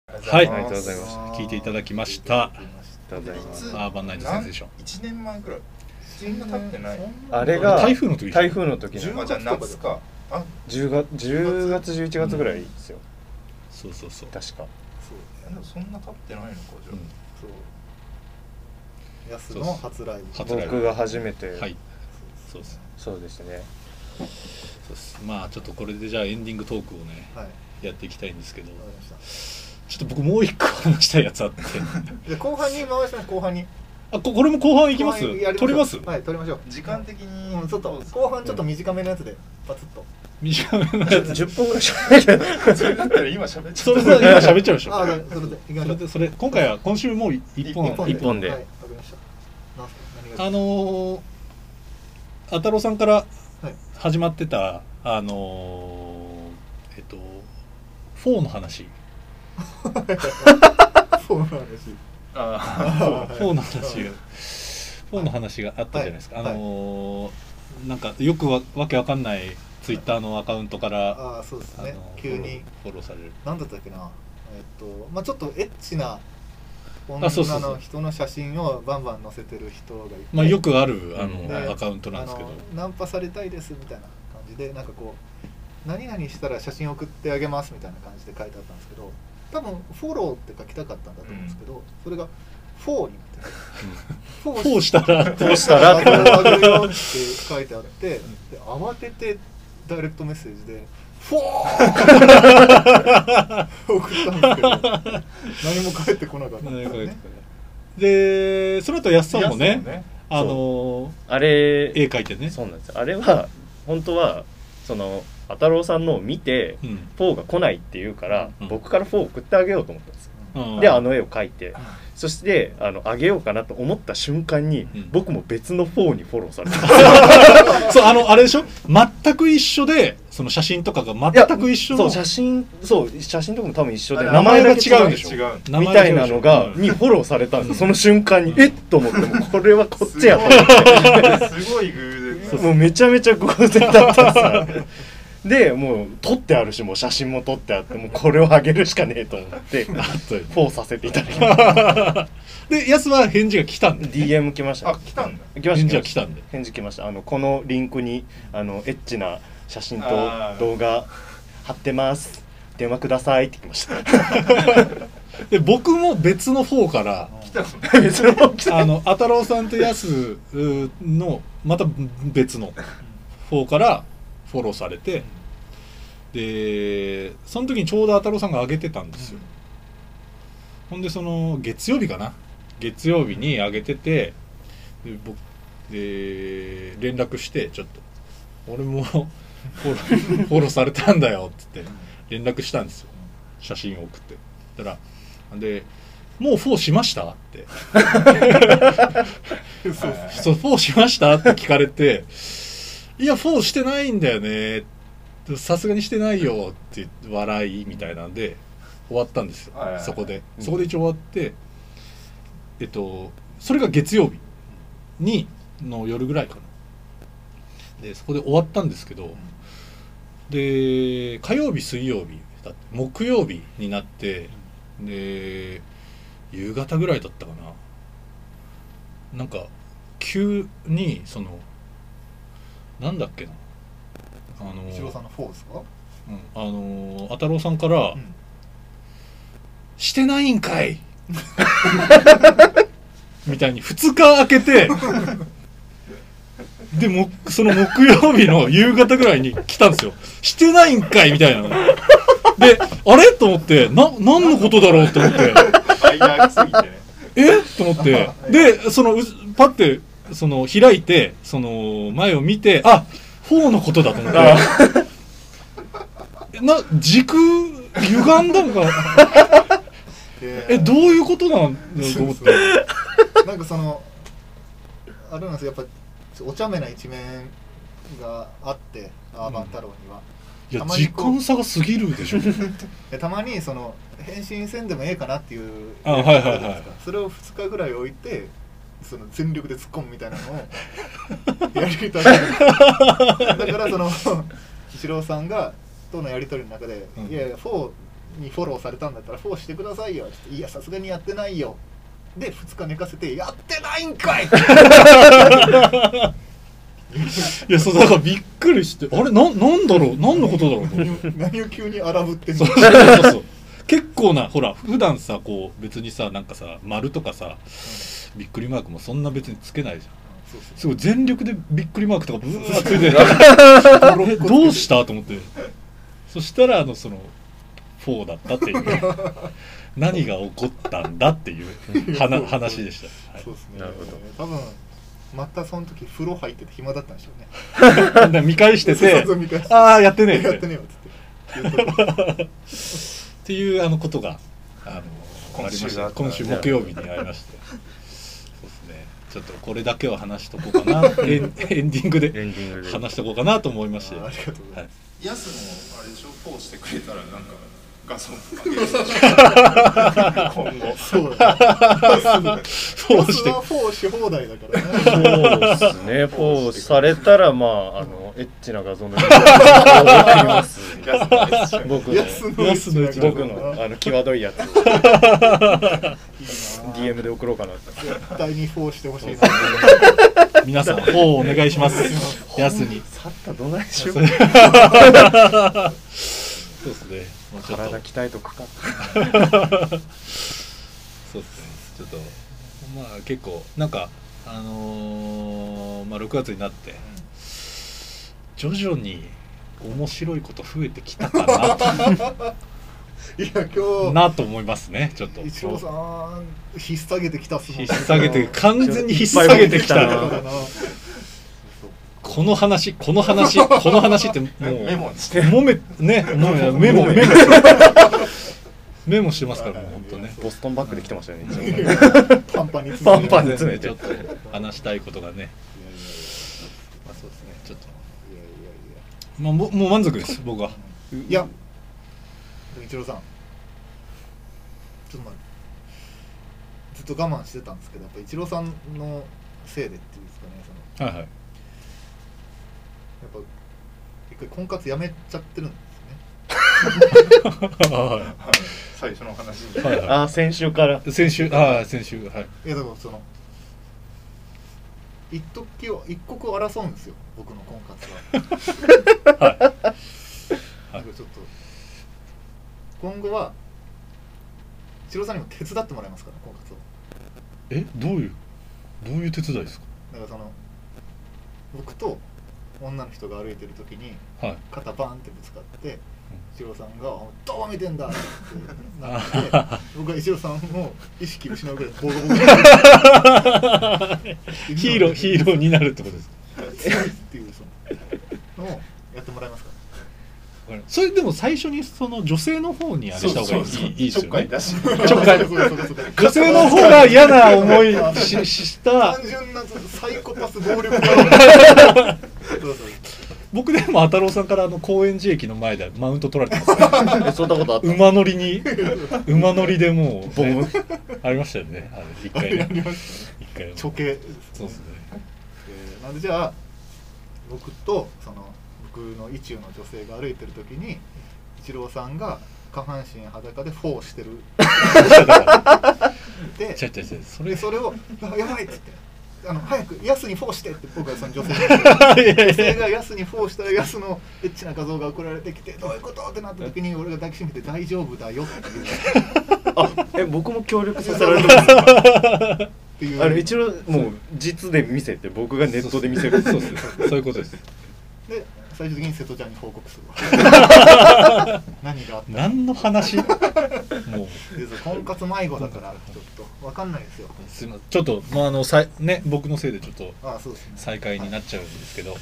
B: はい、
F: ありがとうございました。あ
B: 聞いていただきました。
F: りがとうございます。
B: アーバンナイトセンセーション。
E: 1年前くらいそんな経ってない
F: あれが
B: 台風の時でしょ
F: 台風の時
E: 10
F: の
E: 月じゃあ夏かあ
F: 10月10月11月ぐらいですよ、
B: そうそうそう。
F: 確か。
E: そうでもそんな経ってないのかじゃあ、
C: そう安の初ライブ
B: 初ライ
F: 僕
B: ブ。
F: が初めて、
B: はい。そうです。
F: そうですね。
B: そうです。まあちょっとこれでじゃあエンディングトークをね、
C: はいわか
B: やっていきたいんですけど、
C: りました
B: ちょっと僕もう一個話したいやつあって。
C: じゃあ後半に回します後半に
B: あ、ここれも後半いきま
C: 後
B: す
C: 半やり
B: 撮ります
C: ょうはい撮りましょう
E: 時間的に、
C: うんちょっと後半ちょっと短めのやつでパツッと
B: 短めなやつ。
F: 10分ぐらいしかないけど。
E: それだったら今喋っち
B: そ
E: ゃ
B: れ
E: っ
B: それ今喋っちゃうでしょ。
C: ああそれでいきま
B: そ
C: しょ
B: れ
C: う
B: でそれ今回は今週もう一本
E: 一
C: 本
F: 一本で
C: はいわかりましたなんすか何が
B: あのー、あたろうさんから
C: はい
B: 始まってた、あのー、えっと、4の話。
C: そうなんですよ
B: 4の話を、4の話があったじゃないですか。
C: は
B: あ
C: い
B: のー、なんかよくわわけわかんないツイッターのアカウントから、
C: ああそうです
B: あ
C: ね
B: のー
C: 急に
B: フォローされる。
C: 何だったっけなえっとまあちょっとエッチな女
B: あそうそうそう
C: の人の写真をバンバン載せてる人がいて
B: まあよくある、あの、
C: で
B: アカウントなんですけど
C: あ。のナンパされたいですみたいな感じでなんかこう何々したら写真送ってあげますみたいな感じで書いてあったんですけど多分フォローって書きたかったんだと思うんですけど、それがフォーになっててフォ
B: こうしたらって、
F: どうしたらって。
C: あげるよって書いてあってで慌ててダイレクトメッセージでフォー送ったんですけど何も返ってこなかった んですよね
B: で、その後安さんも
E: や
B: ね、
E: つ
B: あの
F: あれ、
B: ー、絵描いてね。
F: そうなんですよあれは、本当は、その、あたろうさんのを見て、
B: うん。
F: フォーが来ないって言うから、
B: うん
F: 僕からフォー送ってあげようと思ったんですよ。
B: うん
F: で、あの絵を描いて、そして、あの、あげようかなと思った瞬間に、
B: ん
F: 僕も別のフォーにフォローされ た。
B: そう、あの、あれでしょ全く一緒で、その写真とかが
F: いや
B: 全く一緒
F: そ
B: の
F: う、写真、そう、写真とかも多分一緒で、
E: あれ
F: 名前が
B: 違う
F: 違うんん
B: で
F: で
B: し
F: し
B: ょ
F: ょ。
E: 違う
B: 名
F: み
B: 前が
F: たいなのが、
B: うん
F: にフォローされたんですその瞬間に、えっと思って、もうこれはこっちやと思
E: すごい偶
F: っ
E: 然
F: て、もうめちゃめちゃ偶然だったんですあれで、もう撮ってあるし、もう写真も撮ってあって、もうこれをあげるしかねえと思って、フォーさせていただきまし
B: で、安は返事が来たん
F: た。
B: で。
F: DM 来ました
E: あ
F: ね。
E: 来たんだ
F: 来ま
B: 返
F: し
B: 事
F: た。
B: が来たんで。
F: 返事来ました。あの、このリンクに、あの、エッチな写真と
E: あー
F: 動画貼ってます。電話くださいって来ま した。
B: で、僕も別の方から、
F: 別の方来た
B: あの、あたろうさんと安うーの、また別の方からフォローされて、で、その時にちょうどあたろうさんが上げてたんですよ。ほんで、その、月曜日かな月曜日に上げてて、で、僕、で、連絡して、ちょっと、俺もフォロー、 フォローされたんだよ、つって、連絡したんですよ。写真を送って。たら、で、もうフォーしましたって。 そう、フォーしましたって聞かれて、いや、フォーしてないんだよね。さすがにしてないよって笑いみたいなんで、終わったんですよ
E: はいはい。はい
B: そこで。
F: うん
B: そこで一応終わって、えっと、それが月曜日に、の夜ぐらいかな。で、そこで終わったんですけど、で、火曜日、水曜日だって、木曜日になって、で、夕方ぐらいだったかな。なんか急にそのなんだっけなあの
C: 一郎さんのフォーですか
B: うんあのあたろうさんから、
C: ん
B: してないんかい みたいに2日空けてでもその木曜日の夕方ぐらいに来たんですよしてないんかいみたいなであれと思ってな何のことだろうと思って
E: 間空きすぎてね
B: えっと思 ってでそのうパッてその開いてその前を見てあ4のことだと思ってな時空歪んだのか え
C: え
B: どういうことなんだろうと思って
C: なんかそのあれなんですよやっぱお茶目な一面があってアーバン太郎には、
B: いや
C: たまに
B: 時
C: こう
B: 間差が過ぎるでしょ
C: でたまにその返信せんでもええかなっていう
B: あはいはいはい
C: やつあるじゃなですかそれを2日ぐらい置いてその全力で突っ込むみたいな のをやりたいだからその一郎さんがとのやり取りの中で「
B: うん
C: いやいや4にフォローされたんだったらフォローしてくださいよって言っていやさすがにやってないよで2日寝かせてやってない んかい
B: いやそうだからびっくりしてあれななんだろう何のことだろうと思って
C: 何を急に荒ぶってん
B: そ
C: の
B: うそうそうそう結構なほら普段さこう別にさなんかさ丸とかさびっくりマークもそんな別につけないじゃん
C: そうそう
B: すごい全力でびっくりマークとかブワーついてなんかえどうしたと思ってそしたらあのその4だったっていう何が起こったんだっていうはな話でした、はい
C: そうですね。
F: なるほど
C: 多分またその時風呂入ってて暇だったんでしょうね。
B: だから見返して
C: そう
B: て
C: そう見返して
B: ああやってねえっ
C: やっててねえよっつって。
B: っていうあのことがあのあ
E: 今週
B: りました
E: があった
B: 今週木曜日にありましてそうですねちょっとこれだけは話しとこうかなエンエンディング
F: エ
B: で
F: ンディングで
B: 話しとこうかなと思いまして
C: あありがとうございます。
E: ヤスもあれでしょポーしてくれたらなんか画像あげるで しょ今後
C: そうだね。
B: フォローして
C: フォーし放題だからね。
F: そうですねポーされたらまああのエッチな画像の送ります
E: ヤスのやつじゃん
F: 僕の
C: 安のうちに
B: 安のうちに
F: 僕のあの際どいやつを DM で送ろうかなって
C: 絶対にフォーしてほしいな。
B: 皆さんフォローお願いしますやすに
F: 去ったどないしよう
B: そうですねもうちょっと
F: 体鍛えとくか
B: そうですねちょっとまあ結構なんかあのーまあ6月になって徐々に面白いこと増えてきたかなと
C: いや 今
B: なと思いますねちょっと
C: 日一郎さん引っ下げてきたっすもん
B: 引
C: ね
B: っ下げて完全に引っ下げてきた
C: だか
B: な
C: らな
B: この話この話この話ってもう
E: メモにして
B: もめねもめメモメモメモしてますからもう本当ね
F: ボストンバッグで来てましたよね
C: パンパンに詰め
F: パン
C: て
F: パンに詰め
B: ち
F: て
B: ょっと話したいことがねまあそうですねちょっと
C: い
B: ま
C: やいやいや
B: あもうもう満足です僕はい
C: や、一郎さん、ちょっと待って、ずっと我慢してたんですけど、やっぱ一郎さんのせいでっていうんですかね、そ
B: はいはい
C: のやっぱ一回婚活やめちゃってるんで
B: は
E: 最初の話に
B: いはいは
F: あー先週から
B: い先週ああ先週はい
C: すね。いや、だからその、一時を、一刻を争うんですよ、僕の婚活は。なんかちょっと、今後は、一郎さんにも手伝ってもらいますから、婚活を。
B: えどういうどういう手伝いです
C: だからその僕と女の人が歩いてる時に
B: かはい
C: 肩バーンってぶつかって一郎さんが「どう見てんだ!」ってなって 僕は一郎さんを意識失うぐらいボコボコに
B: ヒーローヒーローになるってことです
C: 強いっていうそののをやってもらえますか
B: それでも最初にその女性の方にあれした方がいいいいいいです
E: ちょっ
B: よ
E: かい
B: ね
E: 出し
C: そうかそうかそうか
B: 女性の方が嫌な思いしした
C: 単純なサイコパス 暴力家そうそう
B: 僕でも太郎さんからあの高円寺駅の前でマウント取られてますね
F: えそんなことあった
B: 馬乗りに馬乗りでもう、ね、ありましたよねあれ一回
C: やり
B: ね
C: ましたね
B: 一回ね
C: 処刑です
B: そうですね
C: えーなんでじゃあ僕とその僕の意中の女性が歩いてる時に一郎さんが下半身裸でフォーして るで
B: 違う違う違うそ
C: で
B: れ
C: それを「あやばい!」っつって。あの早くヤスにフォーしてって僕はその女 性に女性がヤスにフォーしたらヤスのエッチな画像が送られてきてどういうことってなった時に俺が抱きしめて大丈夫だよっていうっ
F: あえ僕も協力させられてます
C: ていう
F: あれ一応もう実で見せて僕がネットで見せる
B: そうですそういうことです
C: で最終的に瀬戸ちゃんに報告する わ何があったか
B: 何の 話もう
C: でそう婚活迷子だからちょっとわかんな いですよ
B: すいませんちょっとまああのさいね僕のせいでちょっと
C: ああそうですね
B: 再開になっちゃうんですけど、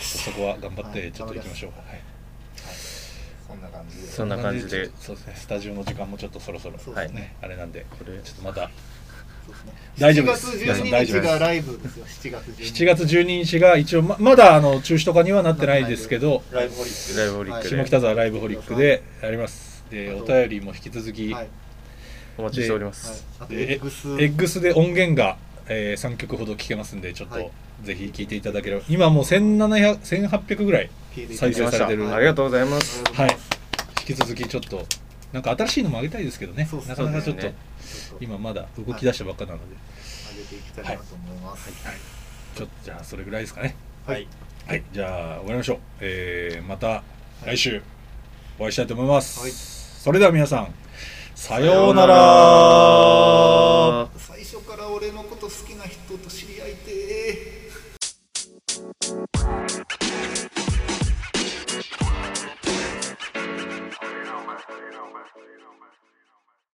B: そこは頑張っ
C: は
B: て
C: い
B: ちょっと行きましょう、はい
E: そんな感じで
F: そんな感じで
B: そうですねスタジオの時間もちょっとそろそろ
C: そう
B: ね、
C: です
B: あれなんでこれちょっとまた
C: そうですね
B: 大丈夫です
C: 7
B: 皆
C: 月
B: さん大丈夫
C: 12日
B: です
C: がライブですよ7月12日
B: 7月12日が一応ままだあの中止とかにはなってないですけど
E: ライブホリック
F: ライブホリック
B: 下
F: で
B: 北沢ライブホリックでやりますで
C: あ
B: お
C: と
B: 便りも引き続き、
C: はい、はい、
F: お待ちしております
C: あと
B: でエ
C: X
B: ッグスで音源が、え3曲ほど聴けますんでちょっと、
C: はい
B: ぜひ聴いていただければ今もう1700 1800ぐらい
C: 聞いていた
B: 再
C: だき
B: 生
C: ま
B: されて
C: は
B: る
C: い
F: ありがとうございま
C: す
F: す
B: はい引き続きちょっとなんか新しいのもあげたいですけどね
C: そうそう
B: なかなかちょっ
J: そ
B: と、
J: うだよね
B: 今まだ動き出したばっかなので、
C: 上げていきたいなと思います、
B: ちょっとじゃあそれぐらいですかね
C: はい
B: はいじゃあ終わりましょう、えー、また来週お会いしたいと思います、
C: はい
B: それでは皆さんさようなら
J: ら
C: 最初から俺のこと好きな人と知り合いてー